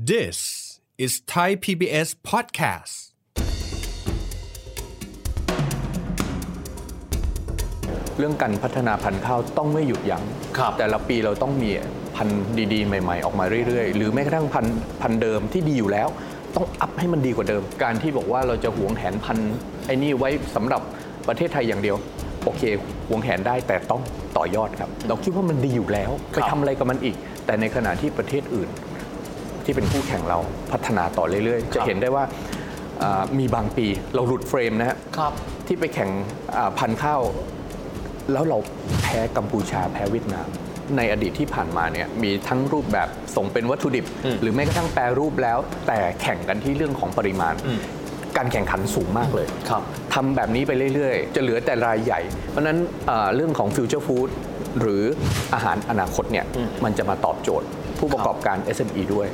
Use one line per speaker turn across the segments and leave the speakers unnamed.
This is Thai PBS podcast.
เรื่องการพัฒนาพันธุ์ข้าวต้องไม่หยุดยัง้งแต่ละปีเราต้องมีพันธุ์ดีๆ ใหม่ ๆ ออกมาเรื่อย ๆ หรือแม้กระทั่งพันธุ์พันธุ์เดิมที่ดีอยู่แล้ว ต้องอัพให้มันดีกว่าเดิม การที่บอกว่าเราจะหวงแหนพันธุ์ไอ้นี่ไว้สำหรับประเทศไทยอย่างเดียว โอเคหวงแหนได้แต่ต้องต่อยอดครับ เราคิดว่ามันดีอยู่แล้วไปทำอะไรกับมันอีก แต่ในขณะที่ประเทศอื่น ที่เป็นคู่แข่งเราพัฒนาต่อเรื่อย ๆ จะเห็นได้ว่าอ่ามีบางปีเราหลุดเฟรมนะฮะ
ครับ
ที่ไปแข่งอ่าพันธุ์ข้าว แล้วเราแพ้กัมพูชาแพ้เวียดนาม ในอดีตที่ผ่านมาเนี่ยมีทั้งรูปแบบส่งเป็นวัตถุดิบ หรือแม้กระทั่งแปรรูปแล้ว แต่แข่งกันที่เรื่องของปริมาณ การแข่งขันสูงมากเลย
ครับ
ทำแบบนี้ไปเรื่อย ๆ จะเหลือแต่รายใหญ่ เพราะฉะนั้นเอ่อเรื่องของฟิวเจอร์ฟู้ดหรืออาหารอนาคตเนี่ยมันจะมาตอบโจทย์ ผู้ประกอบการ SME ด้วย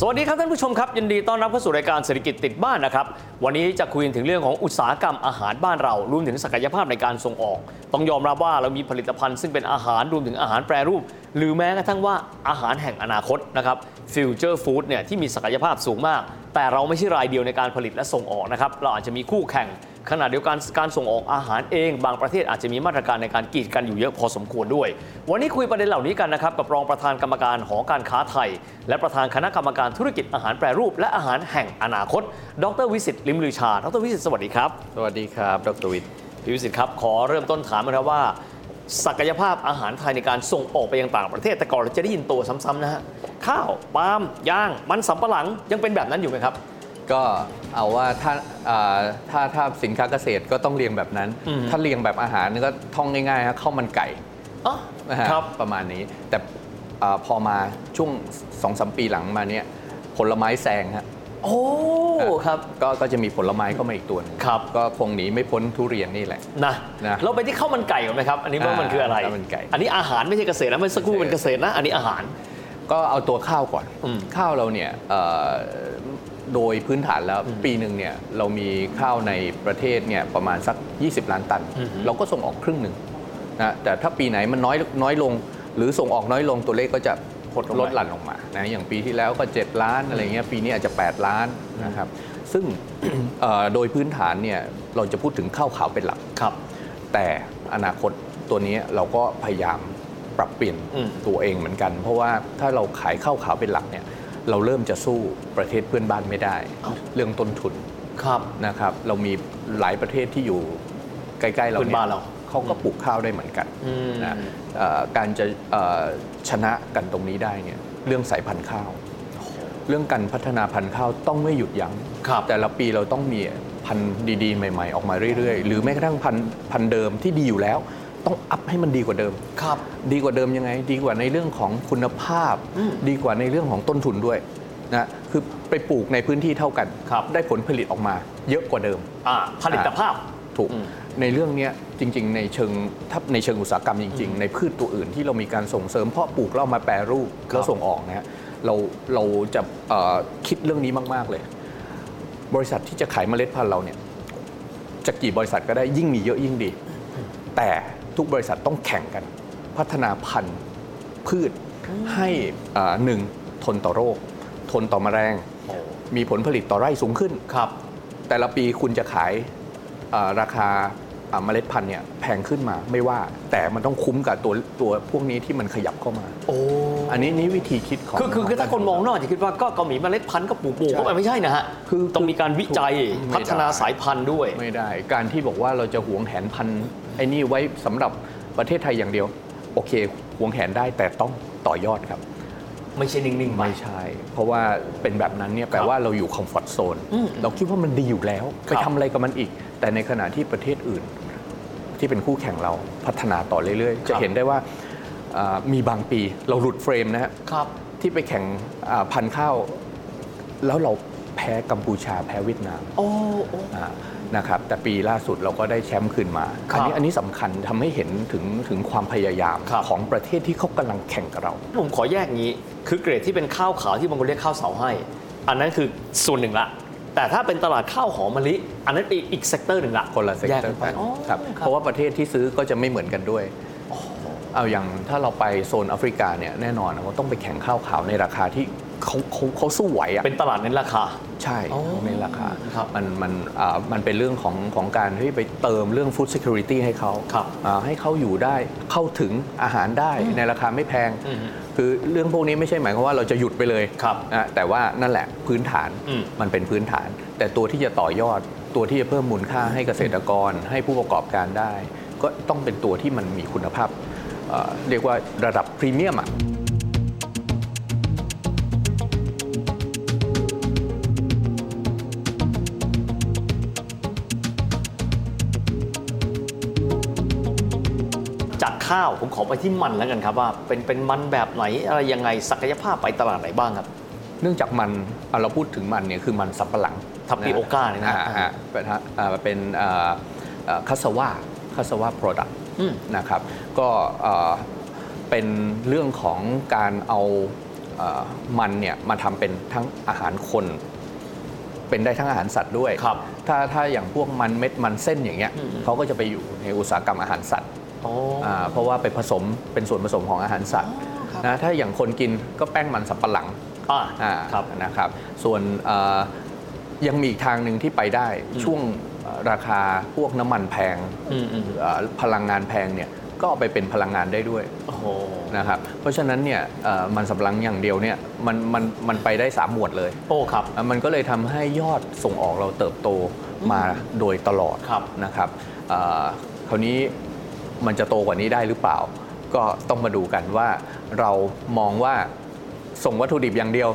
สวัสดีครับท่านผู้ชมครับ ยินดีต้อนรับเข้าสู่รายการเศรษฐกิจติดบ้านนะครับวันนี้จะคุยถึงเรื่องของอุตสาหกรรมอาหารบ้านเรารวมถึงศักยภาพในการส่งออก ต้องยอมรับว่าเรามีผลิตภัณฑ์ซึ่งเป็นอาหารรวมถึงอาหารแปรรูป หรือแม้กระทั่งว่าอาหารแห่งอนาคตนะครับฟิวเจอร์ฟู้ดเนี่ยที่มีศักยภาพสูงมาก แต่เราไม่ใช่รายเดียวในการผลิตและส่งออกนะครับเราอาจจะมีคู่แข่ง ขณะเดียวกันการส่งออกอาหารเอง บางประเทศอาจจะมีมาตรการในการกีดกันอยู่เยอะพอสมควรด้วย วันนี้คุยประเด็นเหล่านี้กันนะครับกับรองประธานกรรมการหอการค้าไทย และประธานคณะกรรมการธุรกิจอาหารแปรรูป และอาหารแห่งอนาคต ดรวิสิตลิมลือชา ดรวิสิตสวัสดีครับ
สวัสดีครับ ดรวิทย์
พี่วิสิตครับ ขอเริ่มต้นถามนะครับว่า ศักยภาพอาหารไทยในการส่งออกไปยังต่างประเทศแต่ก่อนเราจะได้ยินตัวซ้ำๆนะฮะข้าวปาล์มยาง มันสำปะหลังยังเป็นแบบนั้นอยู่ไหมครับ
ก็เอาว่าถ้าอ่าถ้าถ้าสินค้าเกษตรก็ต้องเรียงแบบนั้น
อืม
ถ้าเรียงแบบอาหารนี่ก็ท่องง่ายๆฮะข้าวมันไก่
อ๋อ
นะฮะ
ครับ
ประมาณนี้ แต่อ่าพอมาช่วง2อสปีหลังมาเนี่ยผลไม้แซงฮะ
โอ้ครับ
ก็ก็จะมีผลไม้เข้ามาอีกตัวหนึง
ครับ
ก็คงหนีไม่พ้นทุเรียนนี่แหละ
นะ
นะ
เราไปที่ข้าวมันไก่ก่อนไหมครับ อันนี้ว่า
อ่ามั
มันคืออะไร
ข้าวมันไก่
อันนี้อาหารไม่ใช่เกษตรนะไม่อสักครู่เป็นเกษตรนะ อันนี้อาหาร
ก็เอาตัวข้าวก่อน
อืม
ข้าวเราเนี่ยเอ่อโดยพื้นฐานแล้วปีหนึ่งเนี่ยเรามีข้าวในประเทศเนี่ยประมาณสัก 20 ล้านตัน
อือหือ
เราก็ส่งออกครึ่งหนึ่งนะแต่ถ้าปีไหนมันน้อยน้อยลง หรือส่งออกน้อยลงตัวเลขก็จะ
หดลงไป
ลดหลั่นลงมานะอย่างปีที่แล้วก็ 7 ล้านอะไรเงี้ยปีนี้อาจจะ 8 ล้านนะครับซึ่ง เอ่อโดยพื้นฐานเนี่ยเราจะพูดถึงข้าวขาวเป็นหลัก
ครับ
แต่อนาคตตัวนี้เราก็พยายามปรับเปลี่ยน
อืม
ตัวเองเหมือนกัน เพราะว่าถ้าเราขายข้าวขาวเป็นหลักเนี่ยเราเริ่มจะสู้ประเทศเพื่อนบ้านไม่ได้ เรื่องต้นทุน
ครับ
นะครับ เรามีหลายประเทศที่อยู่ใกล้ๆเรา
เพื่อนบ้านเรา
เขาก็ปลูกข้าวได้เหมือนกัน
อืม
นะเอ่อการจะเอ่อชนะกันตรงนี้ได้เนี่ยเรื่องสายพันธุ์ข้าว เรื่องการพัฒนาพันธุ์ข้าวต้องไม่หยุดยั้ง
ครับ
แต่ละปีเราต้องมีพันธุ์ดีๆ ใหม่ ๆ ออกมาเรื่อยๆ หรือแม้กระทั่งพันธุ์พันธุ์เดิมที่ดีอยู่แล้ว ต้องอัพให้มันดีกว่าเดิม
ครับ
ดีกว่าเดิมยังไง ดีกว่าในเรื่องของคุณภาพ
อืม
ดีกว่าในเรื่องของต้นทุนด้วยนะคือไปปลูกในพื้นที่เท่ากัน
ครับ
ได้ผลผลิตออกมา เยอะกว่าเดิม
อ่าผลิตภาพ
ถูก
อืม
ในเรื่องเนี้ยจริง ๆ ในเชิงถ้าในเชิงอุตสาหกรรมจริง ๆ ในพืชตัวอื่นที่เรามีการส่งเสริมเพาะปลูกแล้วเอามาแปรรูป
ครับ
แล้วส่งออกนะฮะเราเราจะเอ่อคิดเรื่องนี้มาก ๆ เลย บริษัทที่จะขายเมล็ดพันธุ์เราเนี่ยจะกี่บริษัทก็ได้ยิ่งมีเยอะยิ่งดี แต่ทุกบริษัทต้องแข่งกัน พัฒนาพันธุ์พืชให้เอ่อหนึ่งทนต่อโรค ทนต่อแมลง
โอ้
มีผลผลิตต่อไร่สูงขึ้น
ครับ
แต่ละปีคุณจะขายเอ่อราคาเอ่อเมล็ดพันธุ์เนี่ยแพงขึ้นมาไม่ว่า แต่มันต้องคุ้มกับตัวตัวพวกนี้ที่มันขยับเข้ามา
โอ้
อันนี้นี่วิธีคิดของ
คือคือคือถ้าคนมองนอกจะคิดว่าก็ก็มีเมล็ดพันธุ์ก็ปลูกปลูกเข้าไปไม่ใช่นะฮะ
คือ
ต้องมีการวิจัย
ไม่ได้
พัฒนาสายพันธุ์ด้วย
ไม่ได้ การที่บอกว่าเราจะหวงแหนพันธุ์ไอ้นี่ไว้สำหรับประเทศไทยอย่างเดียว โอเคหวงแหนได้แต่ต้องต่อยอดครับ
ไม่ใช่นิ่งๆไป
ไม่ใช่ เพราะว่าเป็นแบบนั้นเนี่ยแปลว่าเราอยู่คอมฟอร์ทโซน
อืม
เราคิดว่ามันดีอยู่แล้ว
ค
ไป
รับ
ทำอะไรกับมันอีก แต่ในขณะที่ประเทศอื่น ที่เป็นคู่แข่งเราพัฒนาต่อเรื่อยๆ จะเห็นได้ว่าอ่ามีบางปีเราหลุดเฟรมนะฮะ
ครับ
ที่ไปแข่งอ่าพันธุ์ข้าว แล้วเราแพ้กัมพูชาแพ้เวียดนาม
โอ้โอ้
อ่า นะครับแต่ปีล่าสุดเราก็ได้แชมป์คืนมา
ครั
อั
บ
นี้อันนี้สำคัญทำให้เห็นถึงถึงความพยายาม
ครับ
ของประเทศที่เขากำลังแข่งกับเรา
ผมขอแยกงี้ คือเกรดที่เป็นข้าวขาวที่บางคนเรียกข้าวเสาให้ อันนั้นคือส่วนหนึ่งละ แต่ถ้าเป็นตลาดข้าวหอมมะลิ อันนั้นอีกอีกเซกเตอร์หนึ่งละ
คนละเซก
แยก
เตอ
กัน
ร์
ไปอ๋อ
ครับเพราะว่าประเทศที่ซื้อก็จะไม่เหมือนกันด้วย เอาอย่างถ้าเราไปโซนแอฟริกาเนี่ยแน่นอนนะว่าต้องไปแข่งข้าวขาวในราคาที่เขาเขาเขาสู้ไหวอ่ะ
เป็นตลาดเน้นราคา
ใช่
อ๋อ
ในราคา
ครับ
มันมันอ่ามันเป็นเรื่องของของการที่ไปเติมเรื่อง food security ให้เขา
ครับ
อ่าให้เขาอยู่ได้เข้าถึงอาหารได้ในราคาไม่แพง
อืม
คือเรื่องพวกนี้ไม่ใช่หมายความว่าเราจะหยุดไปเลย
ครับ
นะแต่ว่านั่นแหละพื้นฐาน
อืม
มันเป็นพื้นฐาน แต่ตัวที่จะต่อยอด ตัวที่จะเพิ่มมูลค่าให้เกษตรกร ให้ผู้ประกอบการได้ ก็ต้องเป็นตัวที่มันมีคุณภาพเอ่อเรียกว่าระดับพรีเมียมอ่ะ
จากข้าวผมขอไปที่มันแล้วกันครับว่า เป็นเป็นมันแบบไหนอะไรยังไงศักยภาพไปตลาดไหนบ้างครับ
เนื่องจากมันอ่ะเราพูดถึงมันเนี่ยคือมันสับปะหลัง
ทับปิโอก้าเนี่ยนะ
อ่อ่เป็นฮะอ่าเป็นคาสวาคาสวาโปรดักต์
อืม
นะครับ ก็เอ่อเป็นเรื่องของการเอาเอ่อมันเนี่ยมาทำเป็นทั้งอาหารคน เป็นได้ทั้งอาหารสัตว์ด้วย
ครับ
ถ้าถ้าอย่างพวกมันเม็ดมันเส้นอย่างเงี้ยเขาก็จะไปอยู่ในอุตสาหกรรมอาหารสัตว์
อ๋อ
อ่าเพราะว่าไปผสมเป็นส่วนผสมของอาหารสัตว์นะถ้าอย่างคนกินก็แป้งมันสับปะหลัง
อ่า
อ่า
ครับ
นะครับ ส่วนเอ่อยังมีอีกทางหนึ่งที่ไปได้ช่วงเอ่อราคาพวกน้ำมันแพง
อืมอืม
เอ่อพลังงานแพงเนี่ยก็เอาไปเป็นพลังงานได้ด้วย
โอ้โห
นะครับเพราะฉะนั้นเนี่ยเอ่อมันสับปะหลังอย่างเดียวเนี่ยมันมันมันไปได้สามหมวดเลย
โอ้ครับ
อ่ะมันก็เลยทำให้ยอดส่งออกเราเติบโตมาโดยตลอด
ครับ
นะครับอ่าคราวนี้มันจะโตกว่านี้ได้หรือเปล่า ก็ต้องมาดูกันว่าเรามองว่าส่งวัตถุดิบอย่างเดียว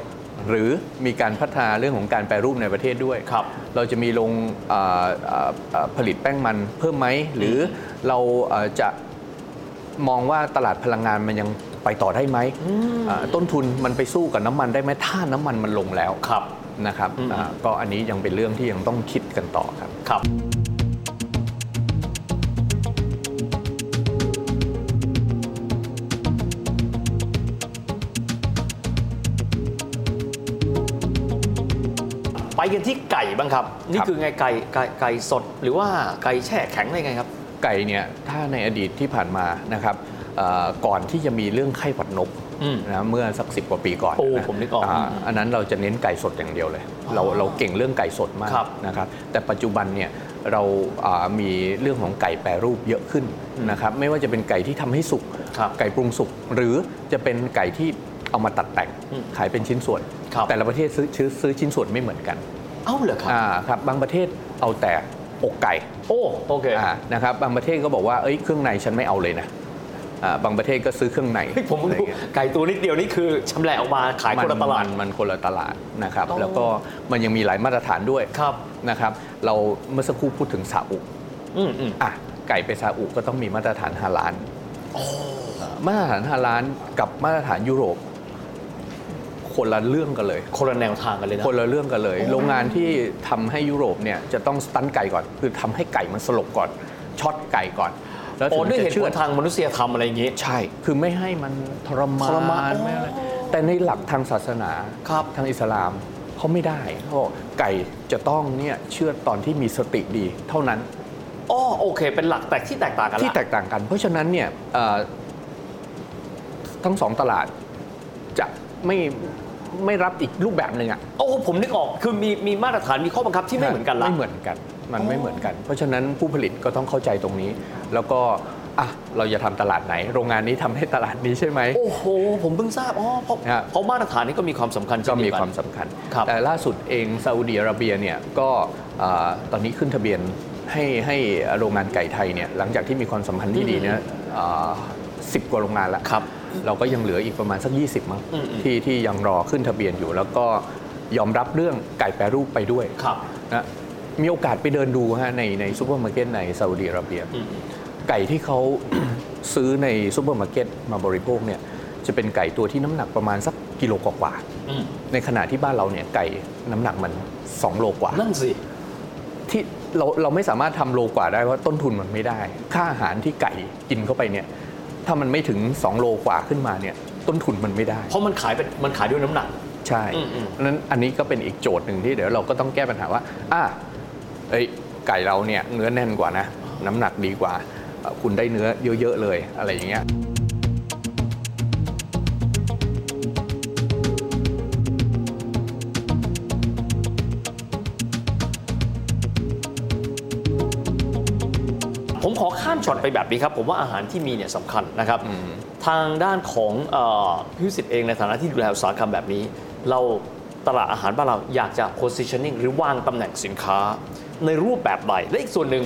หรือมีการพัฒนาเรื่องของการแปรรูปในประเทศด้วย
ครับ
เราจะมีโรงอ่าอ่าอ่าผลิตแป้งมันเพิ่มไหม หรือเราเอ่อจะ มองว่าตลาดพลังงานมันยังไปต่อได้ไหมอ่าต้นทุนมันไปสู้กับน้ำมันได้ไหมถ้าน้ำมันมันลงแล้ว
ครับ
นะครับ
อืม
อ่าก็อันนี้ยังเป็นเรื่องที่ยังต้องคิดกันต่อครับ
ครับ ไปกันที่ไก่บ้างครับ นี่
ครับ
คือไงไก่ไก่ไก่สดหรือว่าไก่แช่แข็งอะไรไงครับ
ไก่เนี่ยถ้าในอดีตที่ผ่านมานะครับเอ่อก่อนที่จะมีเรื่องไข้หวัดนก
อืม
นะเมื่อสักสิบกว่าปีก่อน
โอ้
ะ
ผมนึกออก
าอันนั้นเราจะเน้นไก่สดอย่างเดียวเลย เราเราเก่งเรื่องไก่สดมาก
ครับ
นะครับแต่ปัจจุบันเนี่ยเราอ่ามีเรื่องของไก่แปรรูปเยอะขึ้นนะครับไม่ว่าจะเป็นไก่ที่ทำให้สุก
ครับ
ไก่ปรุงสุก หรือจะเป็นไก่ที่เอามาตัดแต่ง
อืม
ขายเป็นชิ้นส่วน
ครับ
แต่ละประเทศซื้อซื้อซื้อชิ้นส่วนไม่เหมือนกัน
เอ้าเหรอครับ
อ่าครับบางประเทศเอาแต่อกไก่
โอ้โอเค
อ่านะครับบางประเทศก็บอกว่าเอ้ยเครื่องในฉันไม่เอาเลยนะอ่าบางประเทศก็ซื้อเครื่องใน
เฮ้ยผมเพิ่ง
อะไร
รู้
เงี้ย
ไก่ตัวนิดเดียวนี่คือชำแหละออกมาขายคนละตลาด
มันมันมันคนละตลาดนะครับ
อ๋อ
แล้วก็มันยังมีหลายมาตรฐานด้วย
ครับ
นะครับเราเมื่อสักครู่พูดถึงซาอุ
อืมอืม
อ่ะไก่ไปซาอุก็ต้องมีมาตรฐานฮาลานมาตรฐานฮาลานกับมาตรฐานยุโรป คนละเรื่องกันเลย
คนละแนวทางกันเลยนะ
คนละเรื่องกันเลย
โอ้
โรงงานที่ทำให้ยุโรปเนี่ยจะต้องสตันไก่ก่อน คือทำให้ไก่มันสลบก่อนช็อตไก่ก่อนแล้ว
โอ้
ถึง
ด้วยเห
จะ
ตุ
เชื่
ผ
อ
ลทางมนุษยธรรมอะไรอย่างงี้
ใช่ คือไม่ให้มันทรมาน
ทรมาน
ไม่อะไร แต่ในหลักทางศาสนา
ครับ
ทางอิสลามเขาไม่ได้เขาบอกไก่จะต้องเนี่ยเชื่อดตอนที่มีสติดีเท่านั้น
อ้อโอเค เป็นหลักแตกที่แตกต่างกันละ
ที่แตกต่างกัน เพราะฉะนั้นเนี่ยเอ่อทั้งสองตลาดจะไม่ไม่รับอีกรูปแบบหนึ่งอะ
โอ้ผมนึกออก คือมีมีมาตรฐานมีข้อบังคับที่ไม่เหมือนกันละ
ไม่เหมือนกัน มันไม่เหมือนกัน เพราะฉะนั้นผู้ผลิตก็ต้องเข้าใจตรงนี้ แล้วก็อ่ะเราจะทำตลาดไหน โรงงานนี้ทำให้ตลาดนี้ใช่ไหม
โอ้โห ผมเพิ่งทราบอ๋อเพราะ
ฮะ
เพราะมาตรฐานนี้ก็มีความสำคัญเช่
ก็
นเดี
มี
ยวกั
ความ
น
สำคัญ
ครับ
แต่ล่าสุดเองซาอุดีอาระเบียเนี่ยก็เอ่อตอนนี้ขึ้นทะเบียนให้ให้โรงงานไก่ไทยเนี่ยหลังจากที่มีความสัมพันธ์ที่ดีเนี่ยสิบกว่าโรงงานแล้ว
ครับ
เราก็ยังเหลืออีกประมาณสัก 20มั้ง
อืมๆ
ที่ที่ยังรอขึ้นทะเบียนอยู่ แล้วก็ยอมรับเรื่องไก่แปรรูปไปด้วย
ครับ
นะมีโอกาสไปเดินดูฮะในในซูเปอร์มาร์เก็ตในซาอุดีอาระเบีย
อืม
ไก่ที่เขา ซื้อในซูเปอร์มาร์เก็ตมาบริโภคเนี่ยจะเป็นไก่ตัวที่น้ำหนักประมาณสักกิโลกว่า
อืม
ๆในขณะที่บ้านเราเนี่ยไก่น้ำหนักมัน 2 โลกว่า
นั่นสิ
ที่ เราเราไม่สามารถทำโลกว่าได้เพราะต้นทุนมันไม่ได้ ค่าอาหารที่ไก่กินเข้าไปเนี่ยถ้ามันไม่ถึง 2 โลกว่าขึ้นมาเนี่ยต้นทุนมันไม่ได้
เพราะมันขายเป็นมันขายด้วยน้ำหนัก
ใช่
อืมอืม
เพราะฉะนั้นอันนี้ก็เป็นอีกโจทย์หนึ่งที่เดี๋ยวเราก็ต้องแก้ปัญหาว่าอ่ะเอ้ยไก่เราเนี่ยเนื้อแน่นกว่านะ น้ำหนักดีกว่าเอ่อคุณได้เนื้อเยอะ ๆ เลยอะไรอย่างเงี้ย
ผมขอข้ามช็อตไปแบบนี้ครับ ผมว่าอาหารที่มีเนี่ยสำคัญนะครับ ทางด้านของเอ่อพิวสิทธิ์เองในฐานะที่ดูแลอุตสาหกรรมแบบนี้ เราตลาดอาหารบ้านเราอยากจะ positioning หรือวางตำแหน่งสินค้า ในรูปแบบใหม่และอีกส่วนหนึ่ง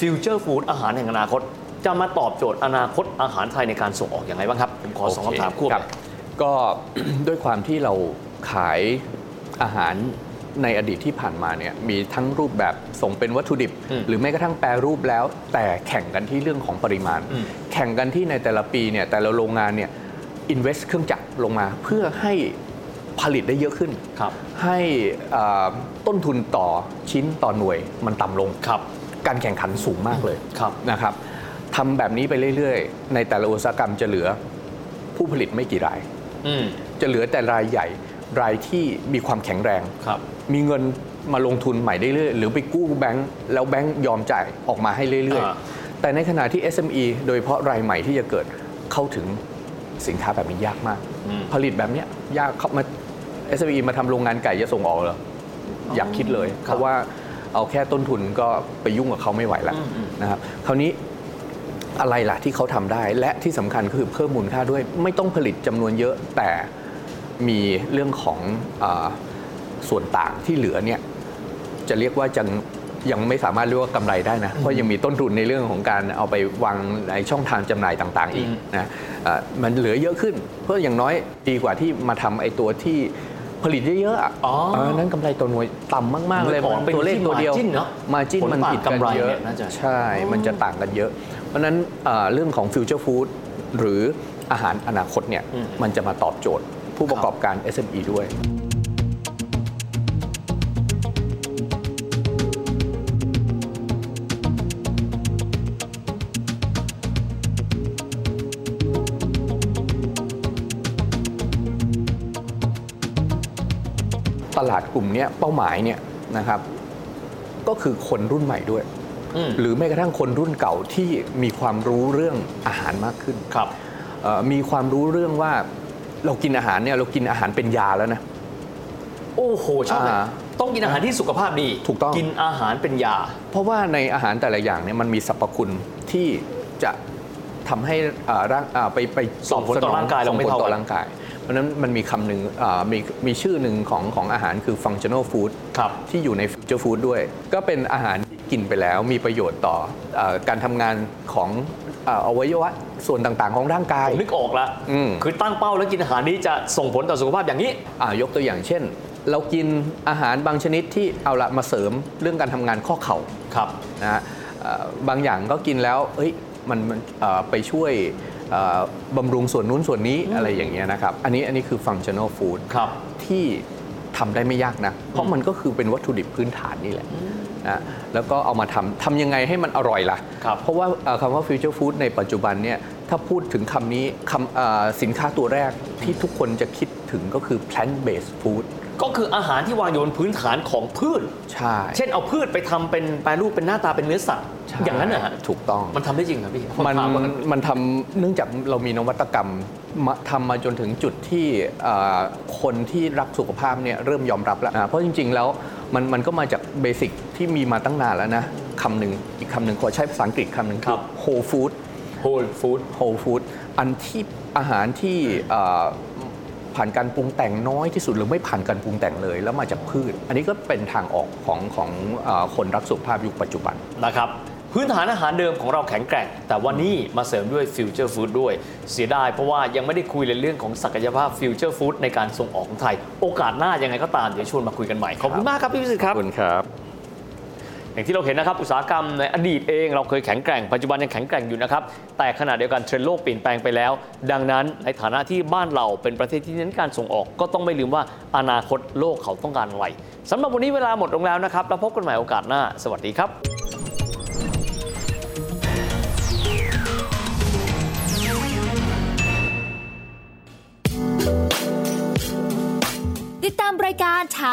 future food อาหารแห่งอนาคต จะมาตอบโจทย์อนาคตอาหารไทยในการส่งออกอย่างไรบ้างครับ ผมขอสอง
โเ
คำถามควบ
รับก็ ด้วยความที่เราขายอาหารในอดีตที่ผ่านมาเนี่ยมีทั้งรูปแบบส่งเป็นวัตถุดิบ หรือแม้กระทั่งแปรรูปแล้ว แต่แข่งกันที่เรื่องของปริมาณ แข่งกันที่ในแต่ละปีเนี่ยแต่ละโรงงานเนี่ยอินเวสเครื่องจักรลงมาเพื่อให้ผลิตได้เยอะขึ้น
ครับ
ให้อ่าต้นทุนต่อชิ้นต่อหน่วยมันต่ำลง
ครับ
การแข่งขันสูงมากเลย
ครับ
นะครับทำแบบนี้ไปเรื่อยๆ ในแต่ละอุตสาหกรรมจะเหลือผู้ผลิตไม่กี่ราย
อืม
จะเหลือแต่รายใหญ่รายที่มีความแข็งแรง
ครับ
มีเงินมาลงทุนใหม่ได้เรื่อยหรือไปกู้แบงก์แล้วแบงก์ยอมจ่ายออกมาให้เรื่อย
อ่า
ๆ แต่ในขณะที่ SME โดยเฉพาะรายใหม่ที่จะเกิดเข้าถึงสินค้าแบบนี้ยากมาก ผลิตแบบเนี้ยยากเข้ามา SME มาทำโรงงานไก่จะส่งออกเหรอ อยากคิดเลยเพราะว่าเอาแค่ต้นทุนก็ไปยุ่งกับเขาไม่ไหวแล้วนะครับคราวนี้อะไรล่ะที่เขาทำได้ และที่สำคัญก็คือเพิ่มมูลค่าด้วย ไม่ต้องผลิตจำนวนเยอะแต่มีเรื่องของอาส่วนต่างที่เหลือเนี่ยจะเรียกว่าจังยังไม่สามารถเรียกว่ากำไรได้นะ เพราะยังมีต้นทุนในเรื่องของการเอาไปวางในช่องทางจำหน่ายต่าง ๆ อีกนะอ่ามันเหลือเยอะขึ้น เพื่ออย่างน้อยดีกว่าที่มาทำไอ้ตัวที่ผลิตเยอะๆอะ
อ๋ออ่
า นั้นกำไรตัวหน่วยต่ำมาก ๆ เลย
เมื่อก่อนเป็น
ตัวเลขตัวเดียว
ที่ margin เนอะ
มาจิ้น
ผล
มัน
ต่าง
ผิดกัน
กำไร
เย
เนี่
อะ
ยน่าจะ
ใช่ มันจะต่างกันเยอะ เพราะฉะนั้นเอ่อเรื่องของฟิวเจอร์ฟู้ดหรืออาหารอนาคตเนี่ยมันจะมาตอบโจทย์ผู้ประกอบการ SME ด้วย ตลาดกลุ่มเนี้ยเป้าหมายเนี่ยนะครับก็คือคนรุ่นใหม่ด้วย
อืม
หรือแม้กระทั่งคนรุ่นเก่าที่มีความรู้เรื่องอาหารมากขึ้น
ครับ
เอ่อมีความรู้เรื่องว่าเรากินอาหารเนี่ยเรากินอาหารเป็นยาแล้วนะ
โอ้โหชอบเลย
อ่า
ต้องกินอาหารที่สุขภาพดี
ถูกต้อง
กินอาหารเป็นยา
เพราะว่าในอาหารแต่ละอย่างเนี่ยมันมีสรรพคุณที่จะทำให้เอ่อร่างเอ่อไปไป
ส่งผลต่อร่างกายเรา
ส่ง
ไม่
ผล
เท่ากัน
ต่อร่างกาย เพราะฉะนั้นมันมีคำหนึ่งเอ่อมีมีชื่อหนึ่งของของอาหารคือ functional food
ครับ
ที่อยู่ในฟิวเจอร์ฟู้ดด้วย ก็เป็นอาหารที่กินไปแล้วมีประโยชน์ต่อเออการทำงานของเอ่ออวัยวะส่วนต่างๆของร่างกาย
ผมนึกออกละ
อืม
คือตั้งเป้าแล้วกินอาหารนี้จะส่งผลต่อสุขภาพอย่างนี้
อ่ายกตัวอย่างเช่น เรากินอาหารบางชนิดที่เอาละมาเสริมเรื่องการทำงานข้อเข่า
ครับ
นะฮะเอ่อบางอย่างก็กินแล้วเอ้ยมันมันเอ่อไปช่วยเอ่อบำรุงส่วนนู้นส่วนนี้อะไรอย่างเงี้ยนะครับ อันนี้อันนี้คือ functional food
ครับ
ที่ทำได้ไม่ยากนะ เพราะมันก็คือเป็นวัตถุดิบพื้นฐานนี่แหละนะแล้วก็เอามาทำทำยังไงให้มันอร่อยล่ะ
ครับ
เพราะว่าเอ่อคำว่าฟิวเจอร์ฟู้ดในปัจจุบันเนี่ยถ้าพูดถึงคำนี้คำเอ่อสินค้าตัวแรกที่ทุกคนจะคิดถึงก็คือ plant based food
ก็คืออาหารที่วางอยู่บนพื้นฐานของพืช
ใช่
เช่นเอาพืชไปทำเป็นแปรรูปเป็นหน้าตาเป็นเนื้อสัตว์
ใช่
อย่างนั้นนะฮะ
ถูกต้อง
มันทำได้จริงครับพี่ผ
มัน
ถาว่า
มันทำเนื่องจากเรามีนวัตกรรมมาทำมาจนถึงจุดที่เอ่อคนที่รักสุขภาพเนี่ยเริ่มยอมรับแล้วนะเพราะจริง ๆ แล้วมันมันก็มาจากเบสิกที่มีมาตั้งนานแล้วนะคำหนึ่งอีกคำหนึ่งขอใช้ภาษาอังกฤษคำหนึ่ง
ค
คื
รั
อ
บ
whole food
whole food
whole food อันที่อาหารที่เอ่อผ่านการปรุงแต่งน้อยที่สุดหรือไม่ผ่านการปรุงแต่งเลย แล้วมาจากพืช อันนี้ก็เป็นทางออกของของเออคนรักสุขภาพยุคปัจจุบัน
นะครับพื้นฐานอาหารเดิมของเราแข็งแกร่ง แต่วันนี้มาเสริมด้วยฟิวเจอร์ฟู้ดด้วย เสียดายเพราะว่ายังไม่ได้คุยเลยเรื่องของศักยภาพฟิวเจอร์ฟู้ดในการส่งออกของไทย โอกาสหน้ายังไงก็ตามเดี๋ยวชวนมาคุยกันใหม่ขอบคุณมากครับพี่วิสิทธิ์
ข
ค
อ
รั
บ บคุณครับ
อย่างที่เราเห็นนะครับอุตสาหกรรมในอดีตเองเราเคยแข็งแกร่งปัจจุบันยังแข็งแกร่งอยู่นะครับ แต่ขณะเดียวกันเทรนด์โลกเปลี่ยนแปลงไปแล้ว ดังนั้นในฐานะที่บ้านเราเป็นประเทศที่เน้นการส่งออก ก็ต้องไม่ลืมว่าอนาคตโลกเขาต้องการอะไร สำหรับวันนี้เวลาหมดลงแล้วนะครับแล้วพบกันใหม่โอกาสหน้า สวัสดีครับ
ติดตามรายการทา